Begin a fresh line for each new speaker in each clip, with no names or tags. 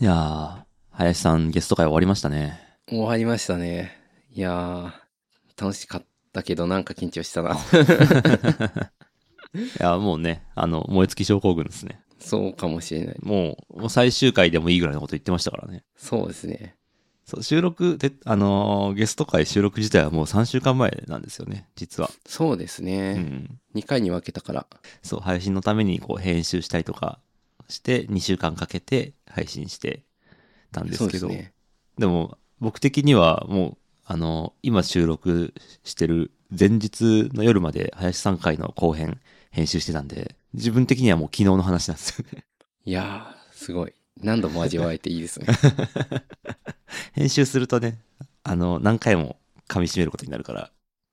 いやー、林さんゲスト会終わりましたね。
終わりましたね。いやー、楽しかったけど、なんか緊張したな。
いや、もうね、あの、燃え尽き症候群ですね。
そうかもしれない。
もう、もう最終回でもいいぐらいのこと言ってましたからね。
そうですね。
そう、収録、てあのーゲスト会収録自体はもう3週間前なんですよね、実は。
そうです
う
ね。
ん。
2回に分けたから。
そう、配信のためにこう編集したりとかして、2週間かけて配信してたんです
そう
け
です
ど、
ね。
でも、僕的にはもう、あの、今収録してる前日の夜まで林さん会の後編編集してたんで、自分的にはもう昨日の話なんですよ ね。
いやー、すごい。何度も味わえていいですね。
編集するとね、あの、何回も噛み締めることになるから、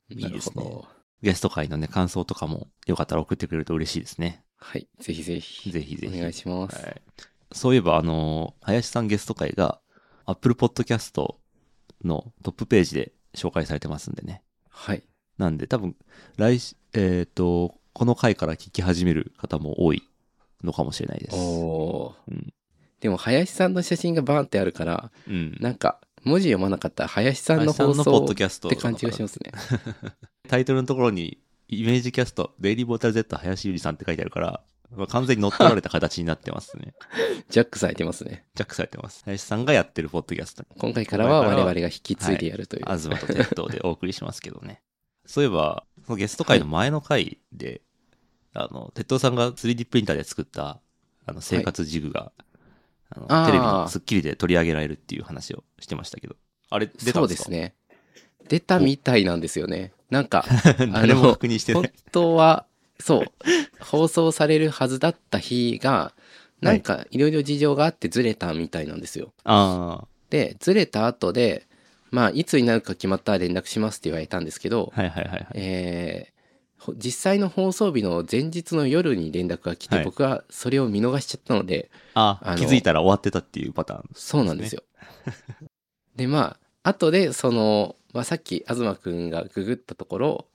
いいですね
なるほど。
ゲスト会のね、感想とかもよかったら送ってくれると嬉しいですね。
はい。ぜひぜひ。
ぜひぜひ。
お願いします。
はい、そういえば、あの、林さんゲスト会が Apple Podcast のトップページで紹介されてますんでね。
はい。
なんで多分来し、えっ、と、この回から聞き始める方も多いのかもしれないです。
おー。
うん
でも、林さんの写真がバーンってあるから、
うん。
なんか、文字読まなかったら、林さんの
林さん
放
のポッ
送
ド
っ
キャスト
て感じがしますね。
タイトルのところに、イメージキャスト、デイリーボータル Z 林ゆりさんって書いてあるから、まあ、完全に乗っ取られた形になってますね。
ジャックされてますね。
ジャックされてます。林さんがやってるポッドキャストに。
今回からは
今
我
回からは
々が引き継いでやるという。
東と鉄道でお送りしますけどね。そういえば、そのゲスト会の前の回で、あの、鉄道さんが 3D プリンターで作った、あの、生活ジグが、あ
あー
の、テレビのスッキリで取り上げられるっていう話をしてましたけど、あれ出た
そ
ん
う
で
です
か
すね。出たみたいなんですよね。なん か、
ね。誰も確認してな
本
い。
当は、そう、放送されるはずだった日が、なんかいろいろ事情があってずれたみたいなんですよ。
あ
で、ずれた後で、まあ、いつになるか決まったら連絡しますって言われたんですけど、
あ、はいはいはいはい。
えーほ実際の放送日の前日の夜に連絡が来て、
はい
僕はそれを見逃しちゃったので、
あ
あの
気づいたら終わってたっていうパターン。
そうなんですよ。でまあ後でその、まあ、さっき東くんがググったところ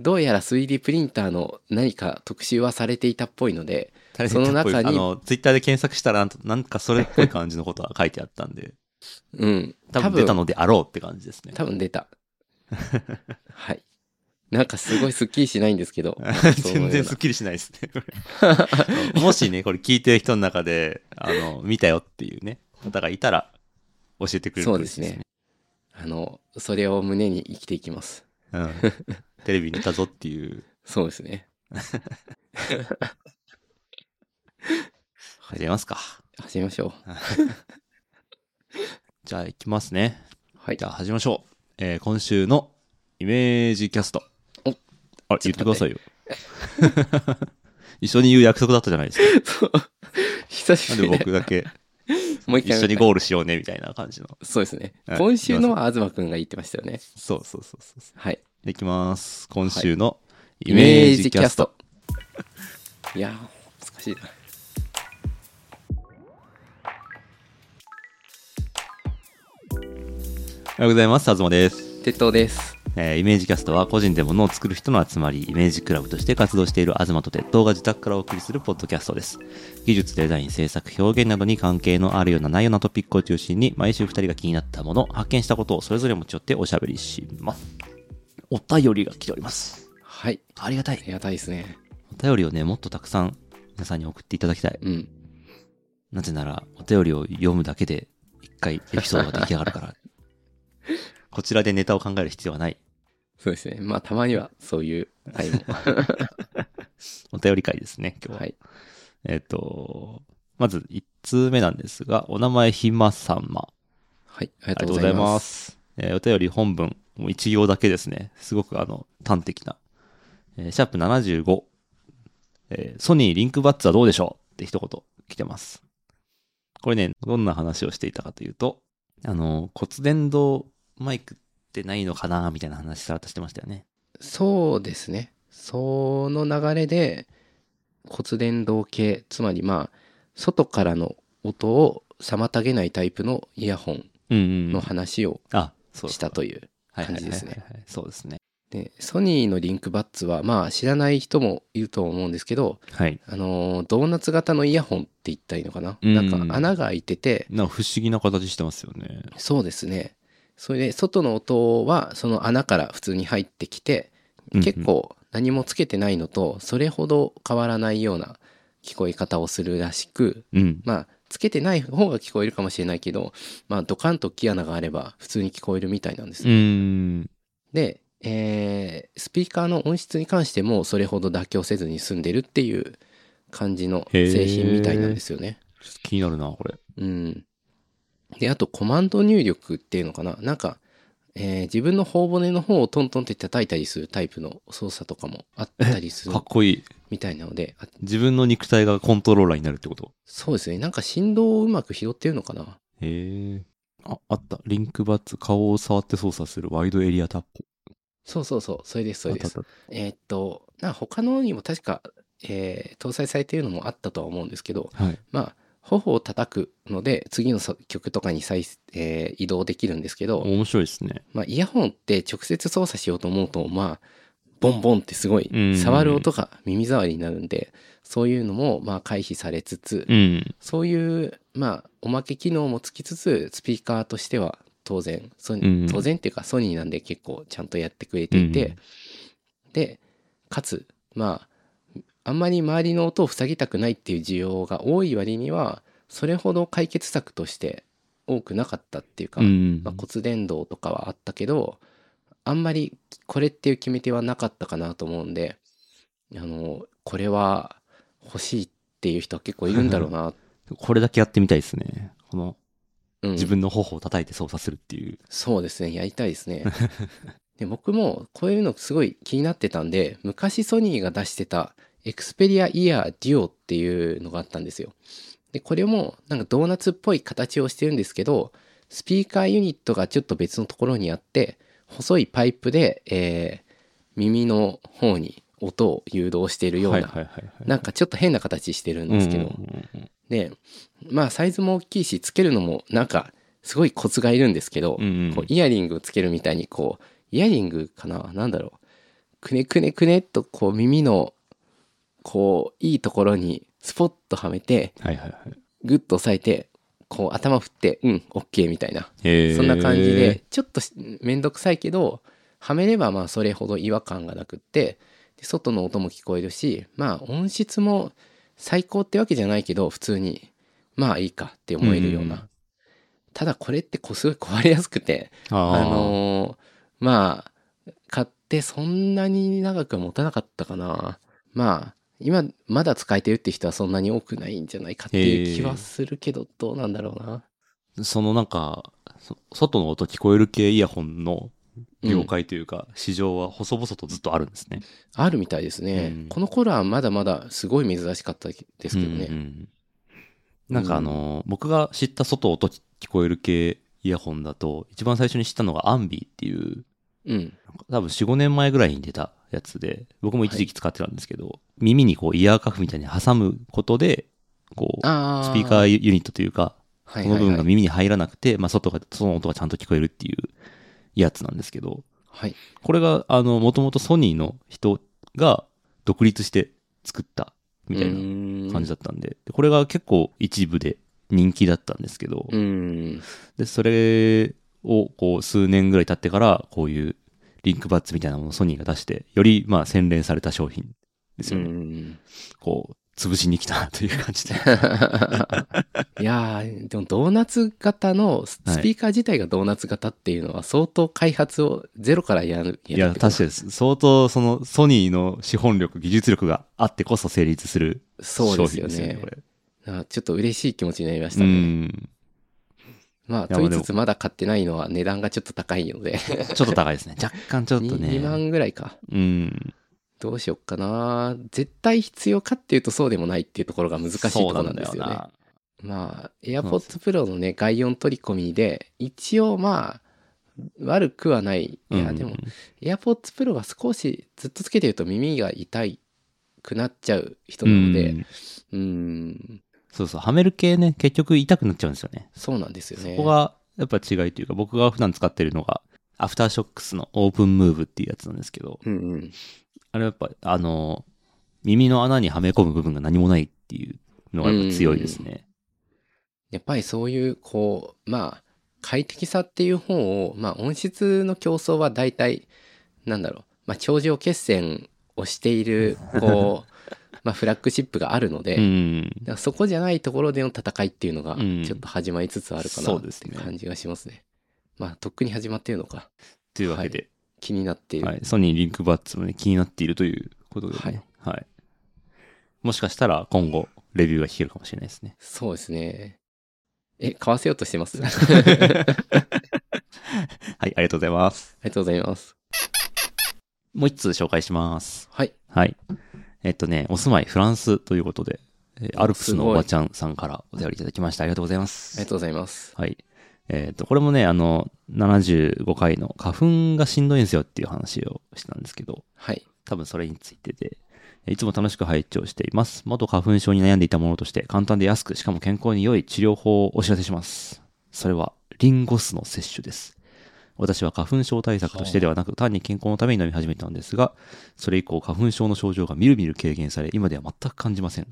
どうやら 3D プリンターの何か特集はされていたっぽいのでそ の中に
タレントっぽいあの、ツイッターで検索したらなんと、なんかそれっぽい感じのことは書いてあったんで、
うん
多分出たのであろうって感じですね。
多分 出たはいなんかすごいスッキリしないんですけど
全然スッキリしないですね。こ れもしね、これ聞いてる人の中で、あの、見たよっていうね、方がいたら、教えてくれると
そうで
嬉し
す
い
ね。あのそれを胸に生きていきます
うん。テレビに出たぞっていう。
そうですね
始めますか。
始めましょう
じゃあ、行きますね。
はい
じゃあ、始めましょう。えー今週のイメージキャスト。
お
あれ、言ってくださいよ。 一緒に言う約束だったじゃないですか。
そう久
な
し
ん
ぶ
で
りだよ
僕だけ、
もう一
一
回
緒にゴールしようね、みたいな感じの。
そうですね
はい
今週のは東くんが言ってましたよね
そうそうそうそう。
はい
いきます。今週のイ
イ
メージキャスト。
いやー難しいな
おはようございます。東です。
鉄塔です
えーイメージキャストは個人で物を作る人の集まり、イメージクラブとして活動している東と鉄道が自宅からお送りするポッドキャストです。技術、デザイン、制作、表現などに関係のあるようなないようなトピックを中心に、毎週2人が気になったもの、発見したことをそれぞれ持ち寄っておしゃべりします。お便りが来ております。
はい
ありがた
あ
い。
りがたいですね
お便りをね、もっとたくさん皆さんに送っていただきたい。
うん
なぜなら、お便りを読むだけで、一回エピソードが出来上がるから。こちらでネタを考える必要はない。
そうですねまあたまにはそういう愛も
お便り会ですね、 今日は。
はい
えっ、と、まず1通目なんですが、お名前ひまさま。
はいあ
ありが
りが
と
と
うご
う
ざ
ござ
い
い
ま
ます
す。えーお便り本文、もう一行だけですね。すごくあの、端的な。えーシャープ75、えーソニーリンクバッツはどうでしょうって一言来てます。これね、どんな話をしていたかというと、あの、骨伝導マイクってないのかなみたいな話さらっとしてましたよね。
そうですねその流れで骨伝導系つまりまあ外からの音を妨げないタイプのイヤホン
うんうんう
の
ん。
話を
あ、そう
したという、
はいはいはいはい
感じですね
はいそうですね。
でソニーのリンクバッツはまあ知らない人もいると思うんですけど
はい。
あのードーナツ型のイヤホンって言ったらいいのかな、
うん
なんか穴が開いてて
なんか不思議な形してますよね。
そうですねそれで外の音はその穴から普通に入ってきて
うんうん
結構何もつけてないのとそれほど変わらないような聞こえ方をするらしく
うん。
まあつけてない方が聞こえるかもしれないけどまあドカンと木穴があれば普通に聞こえるみたいなんです
うーん。
で、えースピーカーの音質に関してもそれほど妥協せずに済んでるっていう感じの製品みたいなんですよね。
ちょっと気になるな、これ。
うん、であとコマンド入力っていうのかななんか、えー自分の頬骨の方をトントンって叩いたりするタイプの操作とかもあったりする
かっこいい。
みたいなのであ
自分の肉体がコントローラーになるってこと
そうですねなんか振動をうまく拾ってるのかな
へえ。あ、あった。リンクバッツ、顔を触って操作するワイドエリアタップ。
そうそうそうそれですそれです
あったあっ
えーっとなんか他のにも確か、えー搭載されているのもあったとは思うんですけど
たはい。
まあ頬を叩くので次のそ曲とかに再、えー移動できるんですけど、
面白いですね。
まあ、イヤホンって直接操作しようと思うとまあボンボンってすごい
うん
触る音が耳障りになるんでそういうのもまあ回避されつつ
うん。
そういうまあおまけ機能もつきつつスピーカーとしては当然ソニ
うん
ー当然っていうかソニーなんで結構ちゃんとやってくれていてでかつまああんまり周りの音を塞ぎたくないっていう需要が多い割にはそれほど解決策として多くなかったっていうか、
うん。
まあ、骨伝導とかはあったけどあんまりこれっていう決め手はなかったかなと思うんであのこれは欲しいっていう人は結構いるんだろ うな、
これだけやってみたいですね。この、
うん
自分の頬を叩いて操作するっていう。
そうですねやりたいですねで僕もこういうのすごい気になってたんで昔ソニーが出してたエクスペリアイヤーデュオっていうのがあったんですよでこれもなんかドーナツっぽい形をしてるんですけどスピーカーユニットがちょっと別のところにあって細いパイプで、えー耳の方に音を誘導しているような、
はいはいはいはい。
なんかちょっと変な形してるんですけど、
うんうんうん
でまあサイズも大きいしつけるのもなんかすごいコツがいるんですけど、
うんうん
こうイヤリングつけるみたいにこうイヤリングかななんだろうくねくねくねっとこう耳のこういいところにスポッとはめて
はいはいはい。
グッと押さえてこう頭振ってうんオッケーみたいな
へー
そんな感じで。ちょっとしめんどくさいけどはめればまあそれほど違和感がなくってで外の音も聞こえるしまあ音質も最高ってわけじゃないけど普通にまあいいかって思えるような、
うん
ただこれってこうすごい壊れやすくて
あ
あ
あの
のーまあ、買ってそんなに長くは持たなかったかな。まあ、今、まだ使えてるって人はそんなに多くないんじゃないかっていう気はするけど、どうなんだろうな。
そのなんか、そ外の音聞こえる系イヤホンの業界というか、市場は細々とずっとあるんですね。
あるみたいですね。
うん
この頃はまだまだすごい珍しかったですけどね。
うんうんなんかあのー、僕が知った外音聞こえる系イヤホンだと、一番最初に知ったのがアンビーっていう、
うん。
多分4、5年前ぐらいに出たやつで、僕も一時期使ってたんですけど、耳にこうイヤーカフみたいに挟むことで、こう、
ああ。
スピーカーユニットというか、
はい
この
はいはい、
部分が耳に入らなくて、まあ外が、その音がちゃんと聞こえるっていうやつなんですけど、
はい。
これが、あの、もともとソニーの人が独立して作ったみたいな
な
感じだったんで、でこれが結構一部で人気だったんですけど、
うん。
で、それをこう数年ぐらい経ってから、こういうリンクバッツみたいなものをソニーが出して、よりまあ洗練された商品です
う
よね。
ん。
こう、潰しに来たなという感 じで。
いやーでもドーナツ型のス
はい
スピーカー自体がドーナツ型っていうのは相当開発をゼロからやる
いや、
ってこと
確かに相当そのソニーの資本力、技術力があってこそ成立する
そう
商
です
品
よ
ですよね、
ね
これ。
あちょっと嬉しい気持ちになりまし
う
たね、
ん。
まあ
や
と言い
で
つ
も
つまだ買ってないのは値段がちょっと高いので
ちょっと高いですね。若干ちょっと ね。
2万ぐらいか
うん。
どうしよっかな絶対必要かっていうとそうでもないっていうところが難しいところなんですよ
そう
ね
な
まあ
なんです
AirPods Pro のね外音取り込みで一応まあ悪くはないい
んだよな
やでも AirPods Pro は少しずっとつけてると耳が痛くなっちゃう人
う
なんので、
うん
うん、
そうそう、はめる系ね、結局痛くなっちゃうんですよね。
そうなんですよね。
そこがやっぱ違いというか、僕が普段使ってるのが、アフターショックスのオープンムーブっていうやつなんですけど、
うんうん。
あれはやっぱ、あの、耳の穴にはめ込む部分が何もないっていうのがやっぱ強いですね。
やっぱりそういう、こう、まあ、快適さっていう方を、まあ、音質の競争は大体、なんだろう、まあ、頂上決戦をしている、こ う、まあ、フラッグシップがあるので、
うん。
だからそこじゃないところでの戦いっていうのが、
うん
ちょっと始まりつつあるかな
そ
っ
うです
て
ね
感じがしますね。まあ、とっくに始まっているのか、
というわけで、
気になっている。
はいソニーリンクバッツもね、気になっているということで、ね、
はい
はい。もしかしたら今後、レビューが聞けるかもしれないですね。
そうですね。え、買わせようとしてます あ
はい、ありがとうございます。
りがとうございます。
もう一通紹介します。
はい。
はい。えっとね、お住まいフランスということで、えーアルプス
す
の
ごい
おばちゃんさんからお便りいただきました。ありがとうございま
あり
す
が。とうございます。
はい。えっと、これもね、あの、75回の花粉がしんどいんですよっていう話をしたんですけど、
はい。
多分それについてで、えーいつも楽しく拝聴しています。元花粉症に悩んでいたものとして、簡単で安く、しかも健康に良い治療法をお知らせします。それは、リンゴ酢の摂取です。私は花粉症対策としてではなく、単に健康のために飲み始めたんですが、それ以降花粉症の症状がみるみる軽減され、今では全く感じません。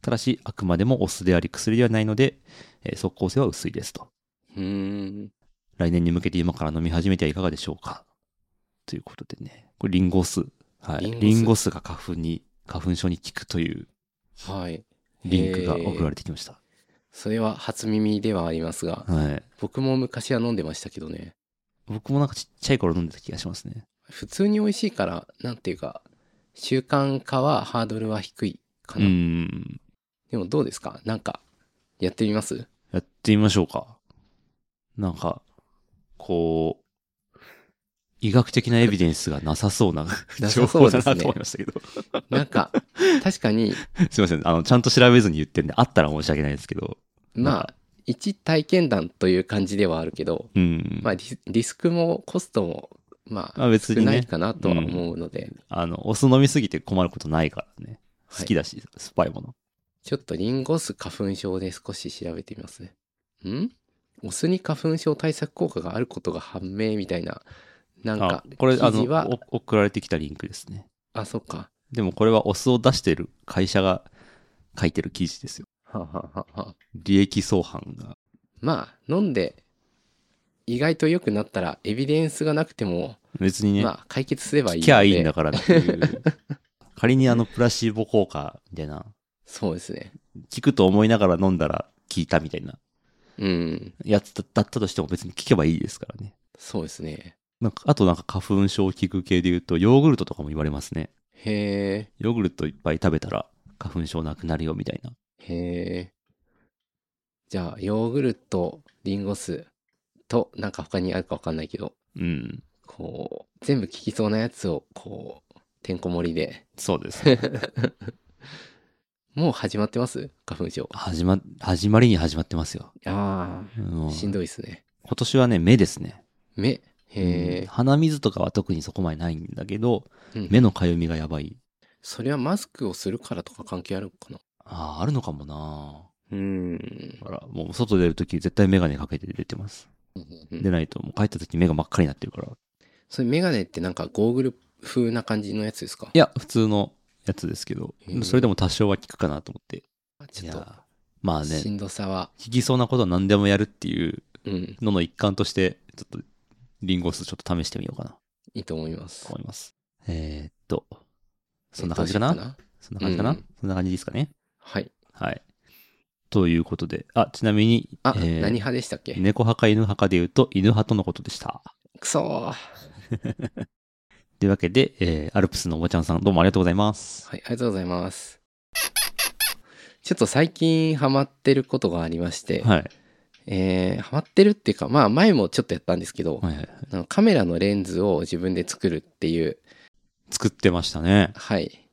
ただし、あくまでもお酢であり薬ではないので、えー即効性は薄いですと。
うーん。
来年に向けて今から飲み始めてはいかがでしょうかということでね。これリンゴ酢。はい。
リ
リ
ンゴ
ンゴ酢
酢
が花粉に、花粉症に効くという
はい。
リンクが送ら
れ
れてきました。
それは初耳ではありますが、
はい。
僕も昔は飲んでましたけどね。
僕もなんかちっちゃい頃飲んでた気がしますね。
普通に美味しいから、なんていうか、習慣化はハードルは低いか
う
な。
ん。
でもどうですかなんか、やって みます
やってみましょうか。なんか、こう、医学的なエビデンスがなさそうな
な
情
さそ
報
うで
だ
すね
なと思いましたけど。
なんか、確かに、
すいません。あの、ちゃんと調べずに言ってんで、あったら申し訳ないですけど。
まあ、一体験談という感じではあるけど、
うん。
まあ、リスリスクもコストも、ま
ま
あ、
あ別
少
にね
ないかなとは思うので、
あの、お酢飲みすぎて困ることないからね。
はい
好きだし、酸っぱいもの。
ちょっとリンゴ酢花粉症で少し調べてみますね。んお酢に花粉症対策効果があることが判明みたいな、なん
あ
か、、
これ、あ
記事は
の、お送られてきたリンクですね。
あ、そっか。
でもこれはお酢を出してる会社が書いてる記事ですよ。
はあはあはあはあ
利益相反が。
まあ、飲んで、意外と良くなったら、エビデンスがなくても、
別にね、
まあ、解決すれば
聞
いいので。
きゃいいんだからって いう。仮にあのプラシーボ効果みたいな、
そうですね。
聞くと思いながら飲んだら効いたみたいな
うん。
やつだだったとしても別に聞けばいいですからね。
そうですね。
なんか、あとなんか花粉症効く系で言うと、ヨーグルトとかも言われますね。
へ
ヨーグルトいっぱい食べたら花粉症なくなるよみたいな。
え、へえ。じゃあ、ヨーグルト、リンゴ酢と、なんか他にあるかわかんないけど、
うん。
こう、全部効きそうなやつを、こう、てんこ盛りで。
そうです、ね。
もう始まってます花粉症。
始ま、始まりに始まってますよ。
あ
あの
あ、しんどいですね。
今年はね、目ですね。
目。
うん
へ
鼻水とかは特にそこまでないんだけど、
え。
目
うん
のかゆみがやばい。
それはマスクをするからとか関係あるのかな
ああ、あるのかもな
うん。
だから、もう外出るとき絶対メガネかけて出てます。でないと、もう帰ったとき目が真っ赤になってるから。
それメガネってなんかゴーグル風な感じのやつですか
いや、普通のやつですけど
へー、
それでも多少は効くかなと思って。
ちょ
い
っ
や
と
ーまあね、
し
効
んどさは、
きそうなことは何でもやるっていう
うん、
のの一環として、ちょっと、リンゴ酢ちょっと試してみようかなと
いいと思います。
思います。えー、っと、そんな感じかな、
どうしよう
そんな感じかな、
うん
そんな感じですかね
はい。
はい。ということで、あ、ちなみに、
あ、
えー
何派でしたっけ、
猫派か犬派かで言うと、犬派とのことでした。
くそーはい、
というわけで、えーアルプスのおばちゃんさん、どうもありがとうございます。
ありがとうございます。ちょっと最近ハマってることがありまして、
はい。
えー、ハマってるっていうか、まあ前もちょっとやったんですけど、
はいはいはい。
あのカメラのレンズを自分で作るっていう、
作ってましたね。
はい。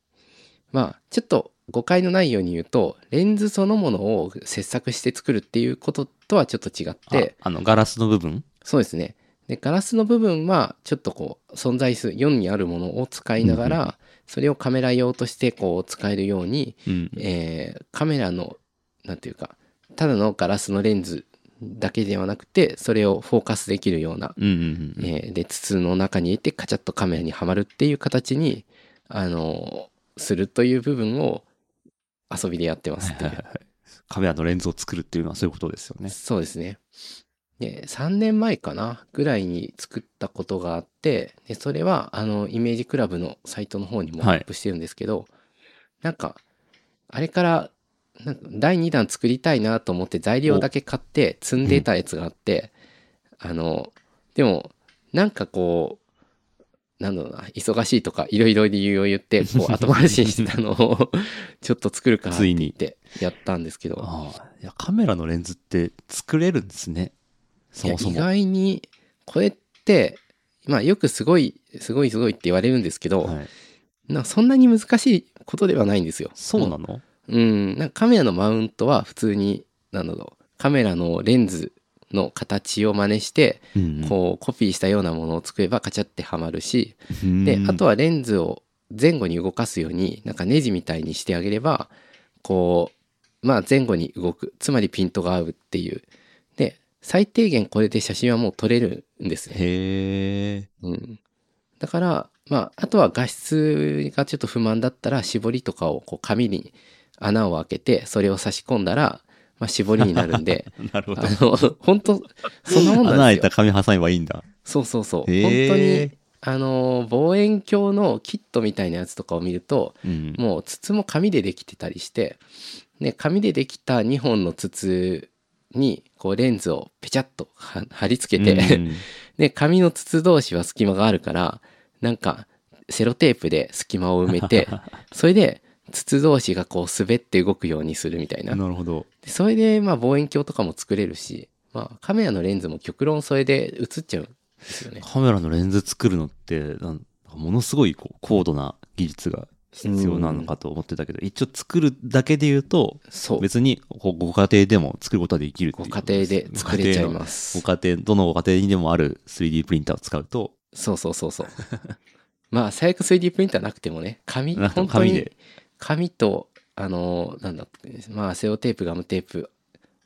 まあ、ちょっと誤解のないように言うと、レンズそのものを切削して作るっていうこととはちょっと違っ
で
て、、
あの、ガラスの部分
そうですね。で、ガラスの部分は、ちょっとこう、存在する、4にあるものを使いながら、それをカメラ用として、こう、使えるように、
うん。
えーカメラの、なんていうか、ただのガラスのレンズだけではなくてそれをフォーカスできるような、
うんうんうん。
えーで筒の中に入れてカチャッとカメラにはまるっていう形にあのするという部分を遊びでやってますってい
は
う
いはいはいカメラのレンズを作るっていうのはそういうことですよね。
そうですね。で、3年前かなぐらいに作ったことがあって、で、それは、あの、イメージクラブのサイトの方にも
は
ア
い
ップしてるんですけど、なんか、あれから、なんか第2弾作りたいなと思って材料だけ買って積んでたやつがあって、あの、でも、なんかこう、なんだろうな、忙しいとか、いろいろ理由を言って、こう、後回しにしてたのを、 ちょっと作るかっ
つ
て
い
言っ
に。
てやったんですけど、
ああ。いや、カメラのレンズって作れるんですね。そもそ
い
も。
や意外にこれってまあよくすごいすごいすごいって言われるんですけど、
はい、
なんかそんなに難しいことではないんですよ。
そうなの、
うんなんかカメラのマウントは普通になんだろうカメラのレンズの形を真似して
うんうん
こうコピーしたようなものを作ればカチャってはまるし、
うん
であとはレンズを前後に動かすようになんかネジみたいにしてあげればこうまあ前後に動くつまりピントが合うっていうで最低限これで写真はもう撮れるんですね、
へえ。
うん、だからまああとは画質がちょっと不満だったら絞りとかをこう紙に穴を開けてそれを差し込んだら、まあ、絞りになるん で
なるほど
あ。の本当そんなもん
穴
なん
開い
です
た
よ
紙挟めばいいんだ。
そうそうそう
へー
本当にあの望遠鏡のキットみたいなやつとかを見ると
うん。
もう筒も紙でできてたりして、ね、紙でできた2本の筒にこうレンズをペチャッとは貼り付けて、
うんうん
で紙の筒同士は隙間があるからなんかセロテープで隙間を埋め てそれで筒同士がこう滑って動くようにするみたいな
なるほど。
でそれでまあ望遠鏡とかも作れるし、まあ、カメラのレンズも極論それで映っちゃうんですよね。
カメラのレンズ作るのって、なんかものすごいこう高度な技術が必要なのかと思ってたけど、一応作るだけで言うと、
そう
別にこうご家庭でも作ることはできるって
ご
いう
家庭で作れちゃいます。
ご家庭どのご家庭にでもある 3D プリンターを使うと、
そうそうそう そう。まあ、最悪 3D プリンターなくてもね、紙、
なんか
本当
紙
に
で。
紙と、あのー、なんだって、まあ、セオテープ、ガムテープ。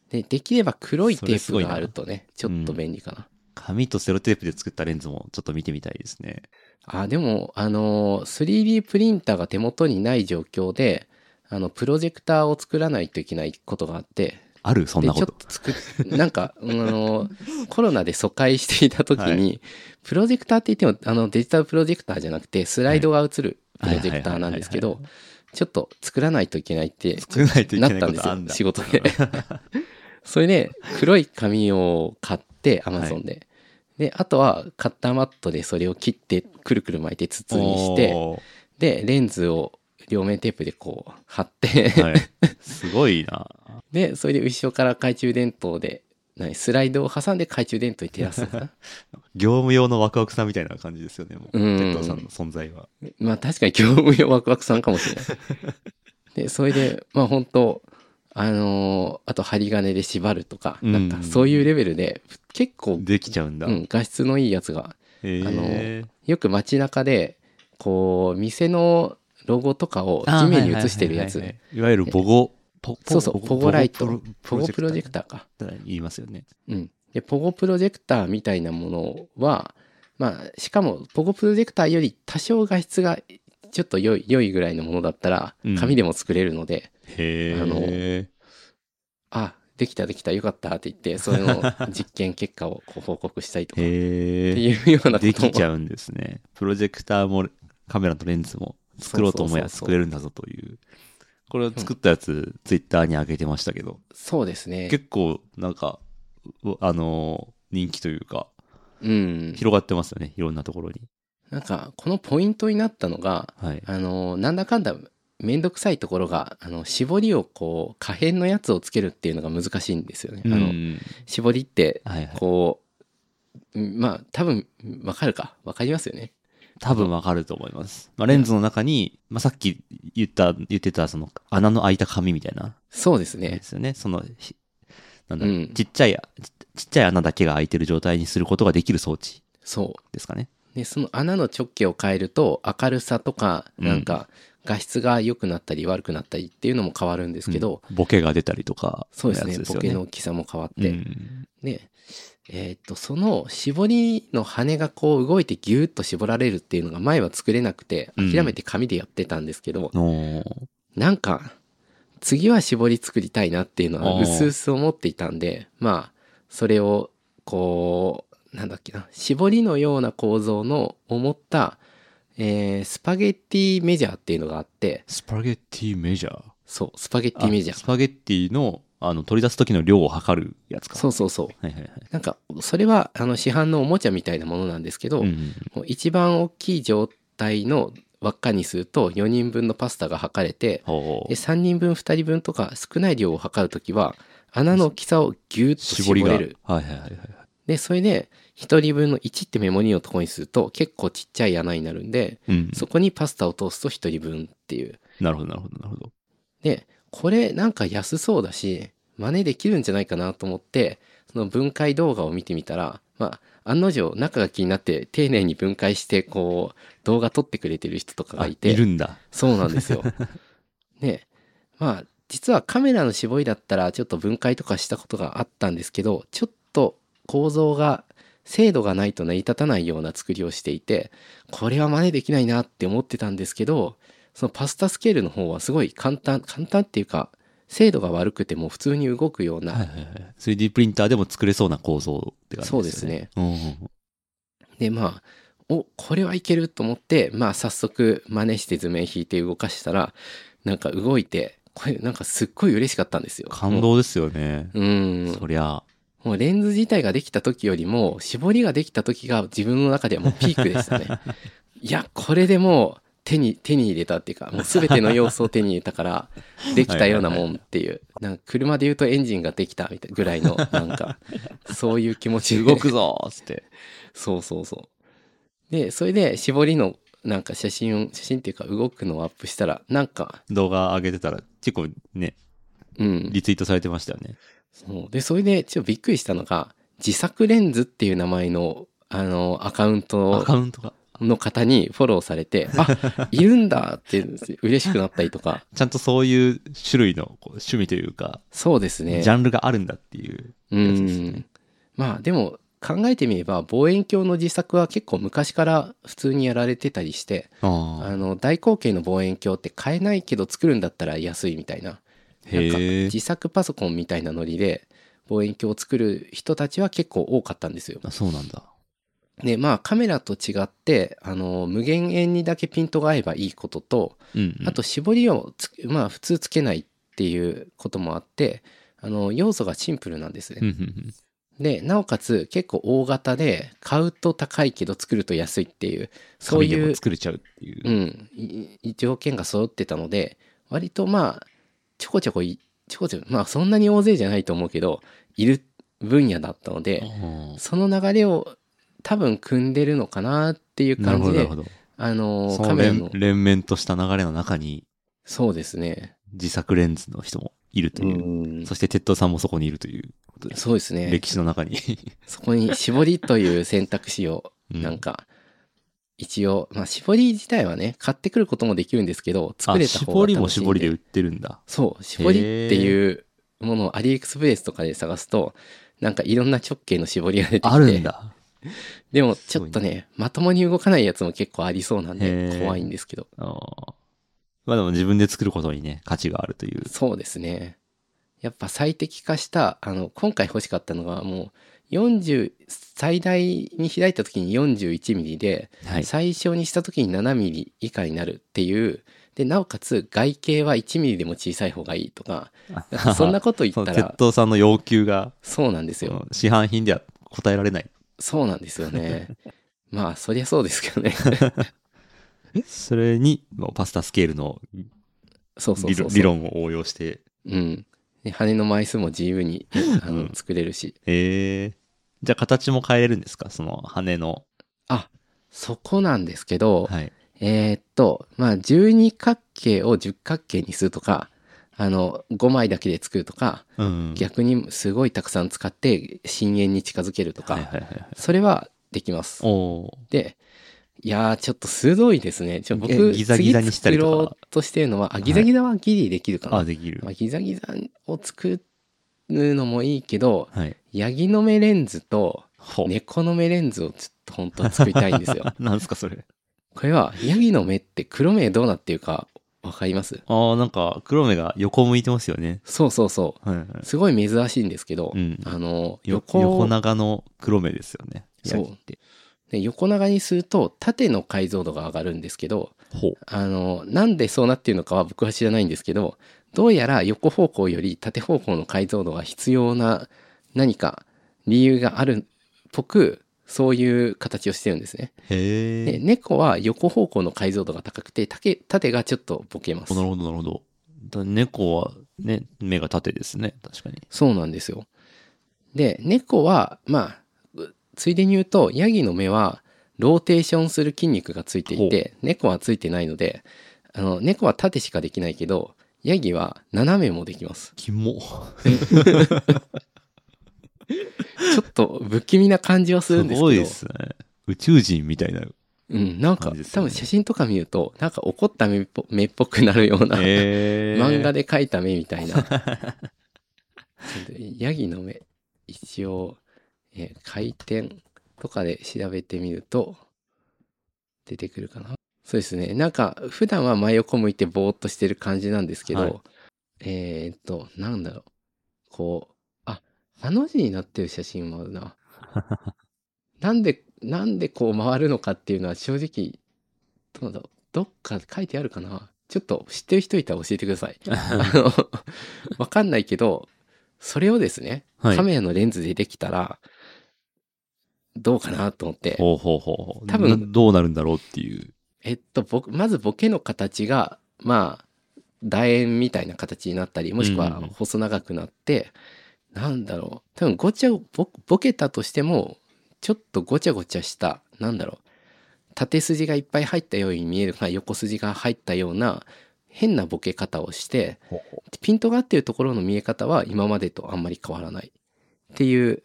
で、できれば黒い
そ
テ
れ
ー
すご
プ
いな
があるとね、ちょっと便利かな。
紙とセロテープで作ったレンズもちょっと見てみたいですね。
あ、でも、あのー、3D プリンターが手元にない状況で、あの、プロジェクターを作らないといけないことがあって、
あるそんなこ
で
と
ちょ。っと作っ なんか、うんあの、コロナで疎開していた時に、
は
プロジェクターって言っても、あの、デジタルプロジェクターじゃなくて、スライドが映るプロジェクターなんですけ
はい
ど
は、
ちょっと作らないといけないって
作らないとい
な
け
っ
ない
た
こ
んで
とあん
すよ、
だ。
仕事で。 それで、黒い紙を買って、アマゾンで。で、あとは、カッターマットでそれを切って、くるくる巻いて筒にして、
お
で、レンズを両面テープでこう、貼って、
ーはい。すごいな。
で、それで後ろから懐中電灯で、何スライドを挟んで懐中電灯に照らすの かな
業務用のワクワクさんみたいな感じですよね、もう。
うん
鉄道さんの存在は。
まあ確かに業務用ワクワクさんかもしれない。で、それで、まあ本当あのーあと針金で縛るとか、
うん
なんかそういうレベルで、結構、
できちゃうんだ。
うん、画質のいいやつが、
へー
あのよく街中で、こう、店のロゴとかを地面に映してるやつ
あーはいはいはいは。いいわゆるボゴ、ポ
そうそう、ポゴライト、ポゴプロジェク
ト
ターか。
って言いますよね。
うん。で、ポゴプロジェクターみたいなものは、まあ、しかも、ポゴプロジェクターより多少画質がちょっと良い、良いぐらいのものだったら
うん、
紙でも作れるので、
へ
あの
え。
あ、できたできた、よかったって言って、それ の実験結果をこう報告したりとか、って
へえ。
いうようなことも
できちゃうんですね。プロジェクターもカメラとレンズも作ろうと思えば
そうそうそうそう
作れるんだぞという。これを作ったやつ、ツイッターに上げてましたけど、
そうですね。
結構なんか、うあのー、人気というか、
うん。
広がってますよね。いろんなところに。
なんか、このポイントになったのが、
はい。
あの、なんだかんだ、めんどくさいところが、あの、絞りをこう、可変のやつをつけるっていうのが難しいんですよね。あ
う
の、
ん
絞りって、
はいはい。
こう、うんまあ多分わかるかわかりますよね。
多分わかると思います。まあ、レンズの中に、まあ、さっき言った、言ってた、その穴の開いた紙みたいな。
そうです
で
ね。
すよね。その、ひなんだろう
うん
ちっちゃい、ちちっちゃい穴だけが開いてる状態にすることができる装置
そ
ですかね。
う。でその穴の直径を変えると明るさとか
うん
なんか画質が良くなったり悪くなったりっていうのも変わるんですけど、
うんボケが出たりとか、
そうですね
やつ
ボ
よ
ケの大きさも変わって、
うん
で、えーっとその絞りの羽がこう動いてギューッと絞られるっていうのが前は作れなくて
うん
諦めて紙でやってたんですけど、
おー
なんか次は絞り作りたいなっていうのは
あー
うす思っていたんでまあそれをこうなんだっけな絞りのような構造の思った、えースパゲッティメジャーっていうのがあって
スパゲッティメジャー。
そうスパゲッティメジャ
あス
ー
パゲッティの、あの、取り出す時の量を測るやつか。
そうそうそう
はいはいはい。
なんかそれはあの市販のおもちゃみたいなものなんですけど、
うんうん
もう一番大きい状態の輪っかにすると4人分のパスタが測れて
ほう
で3人分2人分とか少ない量を測るときは穴の大きさをギューッと絞
絞りが。
れ
は
る
いはいはいはい。
でそれで1人分の1ってメモ2のとこにすると結構ちっちゃい穴になるんで
うん。
そこにパスタを通すと1人分っていう
なるほどなるほどなるほど。
でこれなんか安そうだし真似できるんじゃないかなと思ってその分解動画を見てみたらまあ案の定中が気になって丁寧に分解してこう動画撮ってくれてる人とかが
あ
い
い
て
るんだ。
そうなん ですよ。ねまあ実はカメラの絞りだったらちょっと分解とかしたことがあったんですけどちょっと構造が精度がないと成り立たないような作りをしていてこれは真似できないなって思ってたんですけどそのパスタスケールの方はすごい簡単簡単っていうか精度が悪くても普通に動くよう
はい
な
はいはい。3D プリンターでも作れそうな構造って感じですよね。
そうですね。
うんうん
でまあおこれはいけると思ってまあ早速真似して図面引いて動かしたらなんか動いてこれなんかすっごい嬉しかったんですよ。
感動ですよね。
うん。
そりゃ、
もうレンズ自体ができた時よりも、絞りができた時が自分の中ではもうピークで したね。いや、これでもう手に、手に入れたっていうか、もう全ての要素を手に入れたから、できたようなもんっていう。なんか車で言うとエンジンができたみたいぐらいの、なんか、そういう気持ちで
動くぞーっつって。
そうそうそう。で、それで絞りの、なんか写真を、写真っていうか動くのをアップしたら、なんか、
動画上げてたら結構ね、
うん。
リツイートされてましたよね。
そうでそれでちょっとびっくりしたのが自作レンズっていう名前のあのアカウン
アカ
ト
ウントが。
の方にフォローさ れてあいるんだって嬉しくなったりとか
ちゃんとそういう種類のこう趣味というか、
そうですね
ジャンルがあるんだっていう。
う
やつですね
んまあでも考えてみれば望遠鏡の自作は結構昔から普通にやられてたりして
あ
あの大口径の望遠鏡って買えないけど作るんだったら安いみたいななんか
へえ。
自作パソコンみたいなノリで望遠鏡を作る人たちは結構多かったんですよ。
あそうなんだ。
でまあカメラと違ってあの無限遠にだけピントが合えばいいことと
うん、うん。
あと絞りをつまあ普通つけないっていうこともあってあの要素がシンプルなんです
うん、
ね。
うん
でなおかつ結構大型で買うと高いけど作ると安いっていうそ
紙
う
で
いう
も作れちゃうっていうう。
ん、い条件が揃ってたので割とまあちょこちょこいちょこちょこまあそんなに大勢じゃないと思うけどいる分野だったので。
あ
その流れを多分組んでるのかなっていう
あなる
感
ほ
じ
ど、なるほ、
で
ど。
あのー、
そ
カ
の
メラ
連
の、
連綿とした流れの中に
そうですね。
自作レンズの人もいるという。
うん
そして鉄道さんもそこにいるということです。
そうですね。
歴史の中に。
そこに絞りという選択肢を、
う
なんか、一応、まあ、絞り自体はね、買ってくることもできるんですけど、作れた方
絞
が楽しいんで。
りも絞りで売ってるんだ。
そう、絞りっていうものをアリエクスプレスとかで探すと、なんかいろんな直径の絞りが出てきて。
あるん だ。
でも、ちょっと
すご
ね、まともに動かないやつも結構ありそうなんで
へ、ー
怖いんですけど。
ああまあでも自分で作ることにね、価値があるという。
そうですね。やっぱ最適化した、あの、今回欲しかったのがもう、40、最大に開いた時に41ミリで、
はい。
最小にした時に7ミリ以下になるっていう、で、なおかつ外径は1ミリでも小さい方がいいとか、そんなこと言
そ
っ
の
た
鉄
ら、
道さんの要求が、
そうなんです
そ
よ。
の市販品では答えられない。
そうなんです よね。まあ、そりゃそうですけどね。
それに、もうパスタスケールの
そうそう
理
そう
論
そう。
理論を応用して。
うん。で羽の枚数も自由にあ
う
の
ん
作れるし、
ええじゃあ形も変えれるんですかその羽の。
あ、そこなんですけど、
はい。
えーっと、まあ、12角形を10角形にするとか、あの、5枚だけで作るとか、
うん。
逆にすごいたくさん使って深淵に近づけるとか、
はいはいはいはい。
それはできます。
おー
で、いやー、ちょっと鋭いですね。ちょ
え
僕、
ギザギザにしたりとか
次作ろうとしてるのは、あ、ギザギザはギリできるかな。
あ、できる
ま。あ、ギザギザを作るのもいいけど、
はい。
ヤギの目レンズと
ほう。
猫の目レンズをちょっと本当は作りたいんですよ。
なんすか、それ。
これは、ヤギの目って黒目どうなっていうか、わかります
ああ、なんか、黒目が横向いてますよね。
そうそうそ。。
はいはいう
すごい珍しいんですけど、
うん
あの、
よ
横
横
を
長の黒目ですよね。
そう
ヤギって。
で横長にすると縦の解像度が上がるんですけど
ほう。
あのなんでそうなっているのかは僕は知らないんですけどどうやら横方向より縦方向の解像度が必要な何か理由があるっぽくそういう形をしてるんですね。
へ
で
え。
猫は横方向の解像度が高くて縦縦がちょっとボケます
な。るほど、なるほど。だ猫はね、目が縦ですね。確かに。
そうなんですよ。で猫はまあうついでに言うとヤギの目はローテーションする筋肉がついていて猫はついてないのであの猫は縦しかできないけどヤギは斜めもできます
キモ。
ちょっと不気味な感じはす
す
るんですけど
ごいですね。宇宙人みたいな。
うん、 なんか、
感じです
多
よね
分写真とか見るとなんか怒った目っぽ目っぽくなるような、
へえ。
漫画で描いた目みたいなちょっとヤギの目一応、えー回転とかで調べてみると出てくるかなそうですねなんか普段は真横向いてぼーっとしてる感じなんですけど、
はい
えーっとなんだろうこうあハの字になってる写真もあるななんでなんでこう回るのかっていうのは正直どうだろうどっか書いてあるかなちょっと知ってる人いたら教えてくださ い。あの、わかんないけど、それをですね、
はい
カメラのレンズでできたら、どうかなと思って、
ほうほうほうほう。
多分
などうなるんだろうっていう。
えっと、ぼまずボケの形が、まあ、楕円みたいな形になったり、もし
う
く
ん
は
うんうん
細長くなって、なんだろう、多分ごちゃぼ、ボケたとしても、ちょっとごちゃごちゃした、なんだろう、縦筋がいっぱい入ったように見えるか、横筋が入ったような、変なボケ方をして、ピントが合ってるところの見え方は今までとあんまり変わらないっていう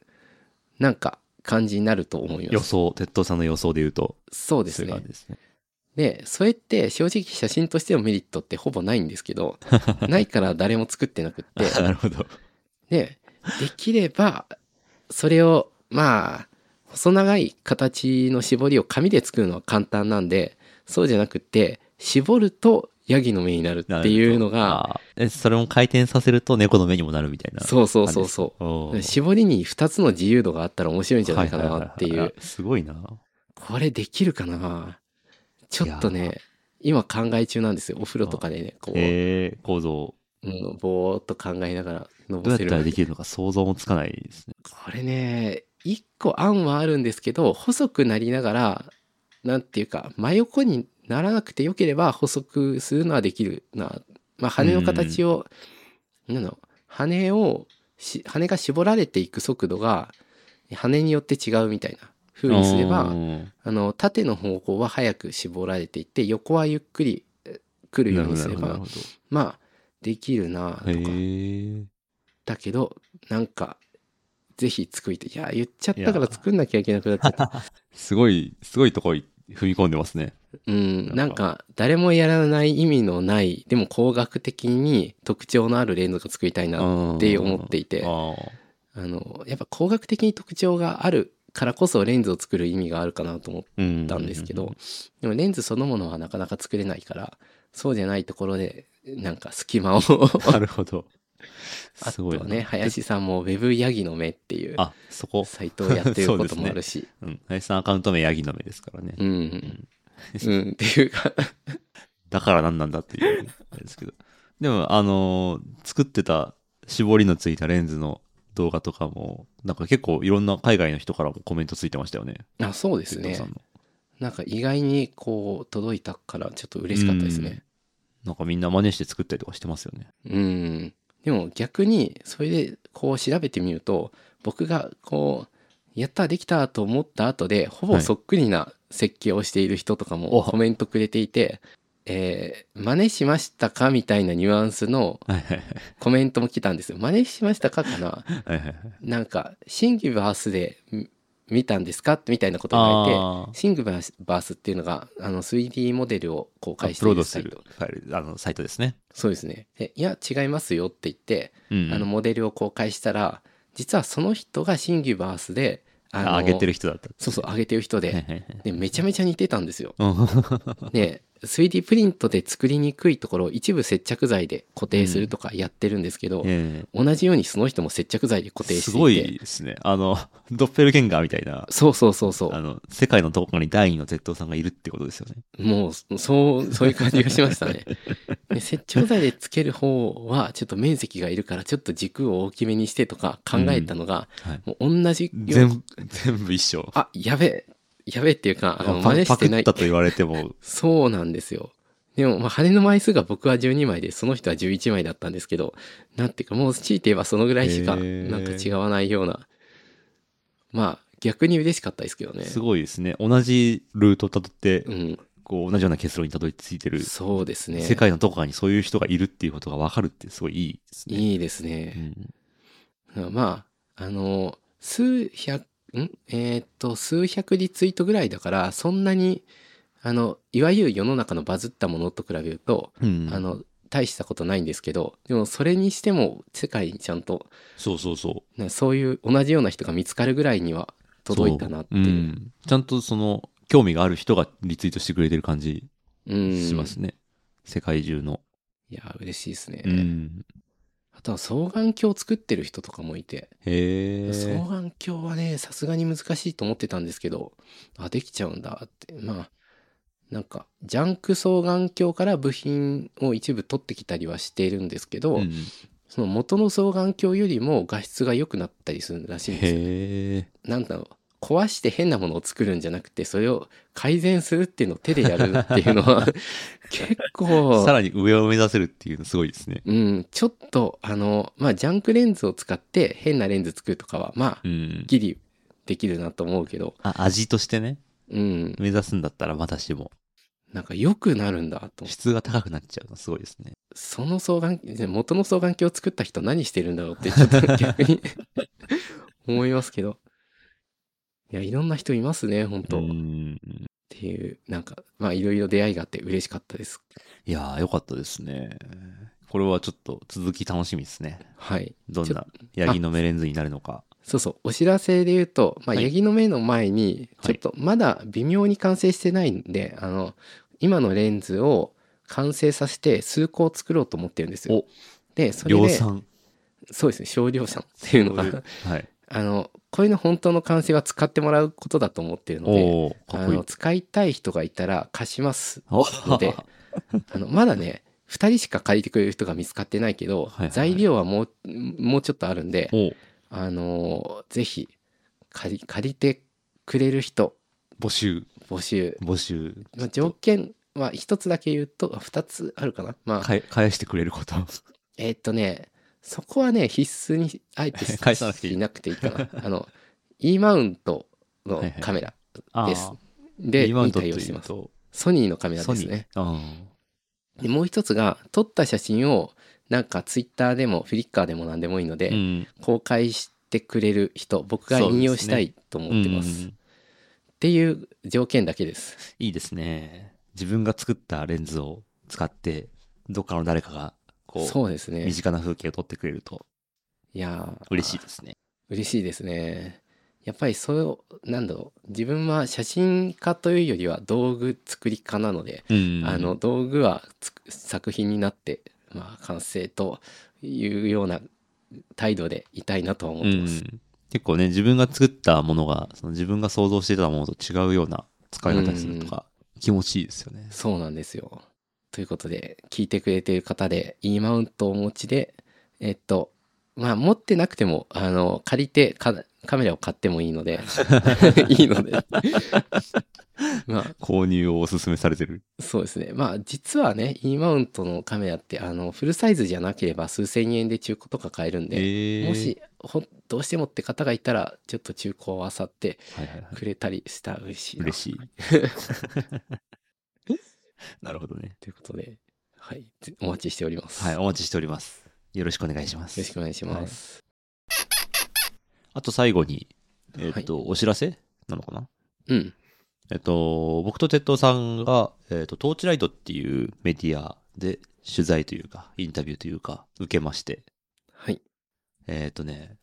なんか感じになると思い
予
ます。
想、鉄塔さんの予想で言うと、
そうで
そ
す
ういう
ね
感じ。ですね。
で、それって正直写真としてのメリットってほぼないんですけど、 ないから誰も作ってなくって、
なるほど。
で、できれば、それを、まあ、細長い形の絞りを紙で作るのは簡単なんで、そうじゃなくって、絞るとヤギの目になるっていうのが、
あー、えそれも回転させると猫の目にもなるみたいな。
そうそうそうそう。
おー
絞りに2つの自由度があったら面白いんじゃないかなって
は
いう、
はははすごいな。
これできるかなちょっと
いや
ね今考え中なんですよお風呂とかでねこう、
えー、構造。
うん、ぼーっと考えながらの
どうや
ぼ
っ
せ
たら
る
できるのか想像もつかないですね。
これね一個案はあるんですけど細くなりながらなんていうか真横にならなくてよければ細くするのはできるなまあ羽の形を、なんだろう羽をし羽が絞られていく速度が羽によって違うみたいな風にすれば
うん
あの縦の方向は早く絞られていって横はゆっくりえ来るようにすれ
なるほ
ば
どなるほど
まあできるなとか、
へー
だけどなんかぜひ作りたいいや言っちゃったから作んなきゃいけなくなっち ゃった
すごい、すごいとこい踏み込んでますね。
うん
な
なん
か
んか誰もやらない意味のないでも工学的に特徴のあるレンズが作りたいなって思っていて
あー
あのやっぱ工学的に特徴があるからこそレンズを作る意味があるかなと思って
うん
ったんですけど、でもレンズそのものはなかなか作れないから、そうじゃないところで、なんか隙間を
なるほど。
あ
す
と
ごい
は
な
ね、林さんも Web ヤギの目っていう
あ、そこ。
サイトをやって る
そう
こ
で
と
すね
もあるし、
うん。林さんアカウント名ヤギの目ですからね。
うんうん。うん、っていうか、
だから何なんだっていう、あれですけど。でも、あのー作ってた絞りのついたレンズの動画とかも、なんか結構いろんな海外の人からもコメントついてましたよね。
あそうです
哲
ね
太さん。の
なんか意外にこう届いたからちょっと嬉しかったですね。
なんかみんな真似して作ったりとかしてますよね。
うん。でも逆に、それでこう調べてみると、僕がこう、やったできたと思った後で、ほぼそっくりな設計をしている人とかも
はいお
コメントくれていて、えー真似しましたかみたいなニュアンスの
はいはい
コメントも来たんですよ。真似しましたかかな
はいはいはいはい。
なんか、シンギバースで、ん見たんですかみたいなことが書いてシングバースっていうのがあの 3D モデルを公
ア
開
ッ
し
プ
て
ロ
い
ード
る
す
サイ
る
ト
ファイル、あの、サイトですね。
そうですねでいや違いますよって言って、
うん。
あのモデルを公開したら実はその人がシングバースであの
あ上げてる人だった。
そうそう上げてる人
はい
で
はいはい
でめちゃめちゃ似てたんですよ
うん
で 3D プリントで作りにくいところを一部接着剤で固定するとかやってるんですけど、
え
同じようにその人も接着剤で固
え
定していて
すごいですね。あの、 ドッペルゲンガーみたいな、
そうそうそうそ
あ
う
の、世界のどこかに第二の Z さんがいるってことですよね。
もうそうそういう感じがしました ねで接着剤でつける方はちょっと面積がいるからちょっと軸を大きめにしてとか考えたのが、
はい。
もう同じよう
全部、全部一緒。
あやべえやべえっていうかあの
パ
真似
パ
し
ク
てな
っ
い
たと言われても、
そうなんですよ。でも、まあ、羽の枚数が僕は12枚で、その人は11枚だったんですけど、なんていうか、もう強いて言えばそのぐらいしか、
へー
なんか違わないような。まあ、逆に嬉しかったですけ どね。
すごいですね。同じルートをたどって
う、ん、
こう、同じような結論にたどり着いてる、
そうですね。
世界のどこかにそういう人がいるっていうことが分かるって、すごいいいですね。
いいです
う
ね。
ん
まあ、あの、数百、んえーっと、数百リツイートぐらいだから、そんなに、あの、いわゆる世の中のバズったものと比べると、
うん。
あの大したことないんですけどでもそれにしても世界にちゃんと
そうそうそう。
ねそういう同じような人が見つかるぐらいには届いたなって
そうう
いうん
ちゃんとその、興味がある人がリツイートしてくれてる感じ
うん
しますね。世界中の。
いや嬉しいですね、
うん。
あとは双眼鏡を作ってる人とかもいて、
へえ。
双眼鏡はねさすがに難しいと思ってたんですけどあできちゃうんだってまあなんかジャンク双眼鏡から部品を一部取ってきたりはしているんですけど、
うん
その元の双眼鏡よりも画質が良くなったりするらしいんですよ
へえ。
なんだろう壊して変なものを作るんじゃなくてそれを改善するっていうのを手でやるっていうの は結構
さらに上を目指せるっていうのすごいですね。
うんちょっとあのまあジャンクレンズを使って変なレンズ作るとかはまあ
うん。
ギリできるなと思うけど
あ、味としてね、
うん
目指すんだったらまたしても、
なんか良くなるんだと
質が高くなっちゃうのすごいですね。
その双眼鏡元の双眼鏡を作った人何してるんだろうってちょっと逆 に思いますけどいやいろんな人いますね本当、
う
っ
ん。
ていうなんかまあいろいろ出会いがあって嬉しかったです
いやー、よかったですね。これはちょっと続き楽しみですね。
はい
どん
ち
なヤギのメレンズになるのか。
そうそうお知らせで言うと、まあ、
はい
ヤギの目の前に
は
ちょ
い
っとまだ微妙に完成してないんで、あの今のレンズを完成させて数個を作ろうと思ってるんですよ
お。
でそれ
量
で
産。
そうですね少量産っていうの
そういう
が
はい。
あのこういうの本当の完成は使ってもらうことだと思ってる ので。
おおか
あ
っこいい
の。使いたい人がいたら貸します
お
のであのまだね2人しか借りてくれる人が見つかってないけど、
はいはい
材料はもうもうちょっとあるんで
お
あのーぜひ借り借りてくれる人
募集、
募集、
募集。
まあ、条件は一つだけ言うとあ二つあるかなまあ、
かえ返してくれること。
えーっとねそこはね必須にあえて
返さなくていい
しなくていいかなあの E マウントの
はいはい
カメラ
あ
です
ー
で
リマウン
に
トって
対
い
応して
う
ます
と、
ソニーのカメラですね
ソニー。
でもう一つが撮った写真をなんかツイッターでもフリッカーでも何でもいいので、
うんうん。
公開してくれる人僕が引用したいと思ってます
うん
っていう条件だけです
いいですね。自分が作ったレンズを使って、どっかの誰かが、こう、
そうですね
身。近な風景を撮ってくれると
いやー
嬉しい。ですね。
嬉しいですね。やっぱりそう、なんだろう。自分は写真家というよりは道具作り家なので、
うん
あの、道具はつく作品になって、まあ完成というような態度でいたいなとは思
う
ってます。
ん、結構ね、自分が作ったものが、その自分が想像してたものと違うような使い方するとか、気持ちいいですよね。
そうなんですよ。ということで、聞いてくれている方で E マウントをお持ちで、えっと、まあ持ってなくても、あの、借りてかカメラを買ってもいい ので、いいので。 まあ
購入をお勧めされてる。
そうですね。まあ実はね、E マウントのカメラって、あの、フルサイズじゃなければ数千円で中古とか買えるんで、
えー
も、しほどうしてもって方がいたら、ちょっと中古をあさって
はいはいはい
くれたりしたら嬉しいな。
嬉しい。なるほどね。
ということで、はい、ぜお待ちしております。
はい、
よ
お待ちしております。よろしくお願いします
ろし。くお願いします。
あと最後に、えっ、と、お知らせなのかな
うん。
えっと、僕と鉄道さんが、えっと、トーチライトっていうメディアで取材というか、インタビューというか、受けまして、
はい。
えっとね、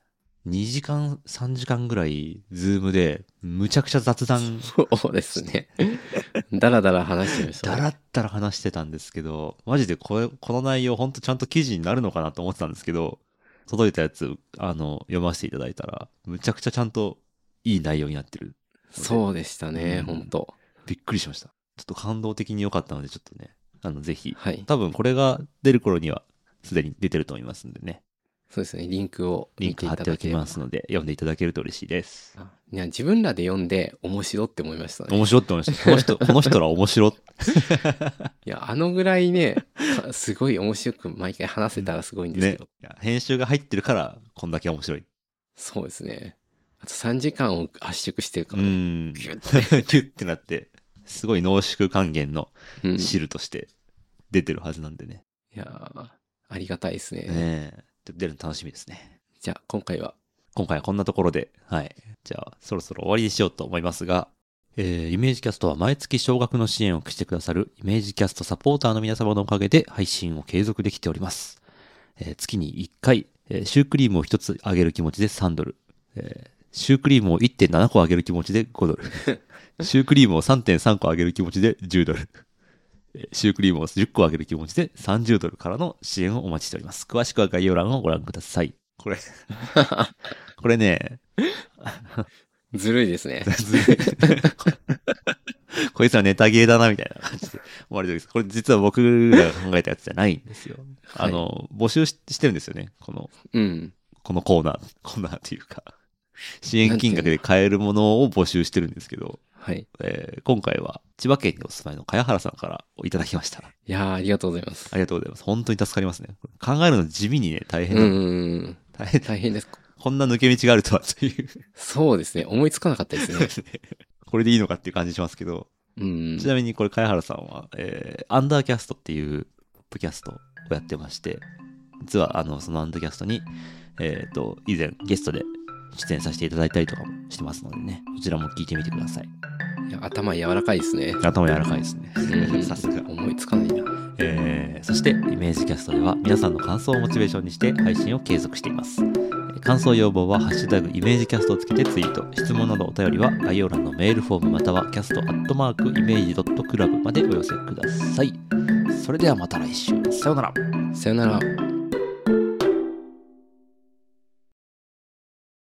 2時間、3時間ぐらい、ズームで、むちゃくちゃ雑談、
そうですね。だらだら話してました
だ
ね。
らったら話してたんですけど、マジでこれ、この内容、ほんとちゃんと記事になるのかなと思ってたんですけど、届いたやつ、あの、読ませていただいたら、むちゃくちゃちゃんといい内容になってる。
そうでしたね、
うん
ほんと。
びっくりしました。ちょっと感動的に良かったので、ちょっとね、あの、ぜひ、
はい。
多分これが出る頃にはすでに出てると思いますんでね。
そうですね、リンクを
リ
見
ンク
てい
貼
た
って
だ
おき
ければ
ますので、読んでいただけると嬉しいです。
あいや自分らで読んで面白って思いましたね。
面白いって思いました。この 人、この人ら面白い。
いや、あのぐらいね、か すごい面白く毎回話せたらすごいんです
ね
けど。。
いや編集が入ってるから、こんだけ面白い。
そうですね。あと3時間を圧縮してるか
う
らね。
ん。
ギ
キ
ュ
ュ
ッ て。
ッてなって、すごい濃縮還元の
うん、い
汁として出てるはずなんでね。
やーありがたいですね。
ねえ。ちょっと出るの楽しみですね。
じゃあ、今回は、
今回はこんなところで、はい。じゃあ、そろそろ終わりにしようと思いますが、えー、イメージキャストは毎月少額の支援をしてくださるイメージキャストサポーターの皆様のおかげで配信を継続できております。えー月に1回、えーシュークリームを1つあげる気持ちで3ドル、えーシュークリームを1.7個あげる気持ちで5ドル、 シュークリームを3.3個あげる気持ちで10ドル、えーシュークリームを10個あげる気持ちで30ドルからの支援をお待ちしております。詳しくは概要欄をご覧ください。これ、これね、
ずるいです ね。
こいつはネタゲーだな、みたいな感じで思われてるんです。これ実は僕らが考えたやつじゃないんですよ。
は
あ
い
の、募集ししてるんですよね。この、
うん。
このコーナー、コーナーというか、支援金額で買えるものを募集してるんですけど、
はい。
えー今回は千葉県にお住まいの茅原さんからいただきました。
いやーありがとうございます。
ありがとうございます。本当に助かりますね。考えるの地味にね、大変
う
な、
んうんうん。
大変、
大変です。
こんな抜け道があるとはという、
そう ですね。思いつかなかったです ね。
これでいいのかっていう感じしますけど、
うん
ち。なみにこれ、貝原さんは、えーアンダーキャストっていうポッドキャストをやってまして、実は、あの、そのアンダーキャストに、えっ、と、以前ゲストで出演させていただいたりとかもしてますのでね、こちらも聞いてみてください。
いや頭柔らかいですね。
頭柔らかいです ね
う。ん
さすが。
思いつかないな。
えーそして、イメージキャストでは皆さんの感想をモチベーションにして配信を継続しています。えー感想要望は、ハッシュタグイメージキャストをつけてツイート。質問などお便りは概要欄のメールフォームまたはキャストアットマークイメージドットクラブまでお寄せください。それではまた来週。さようなら。
さよなら。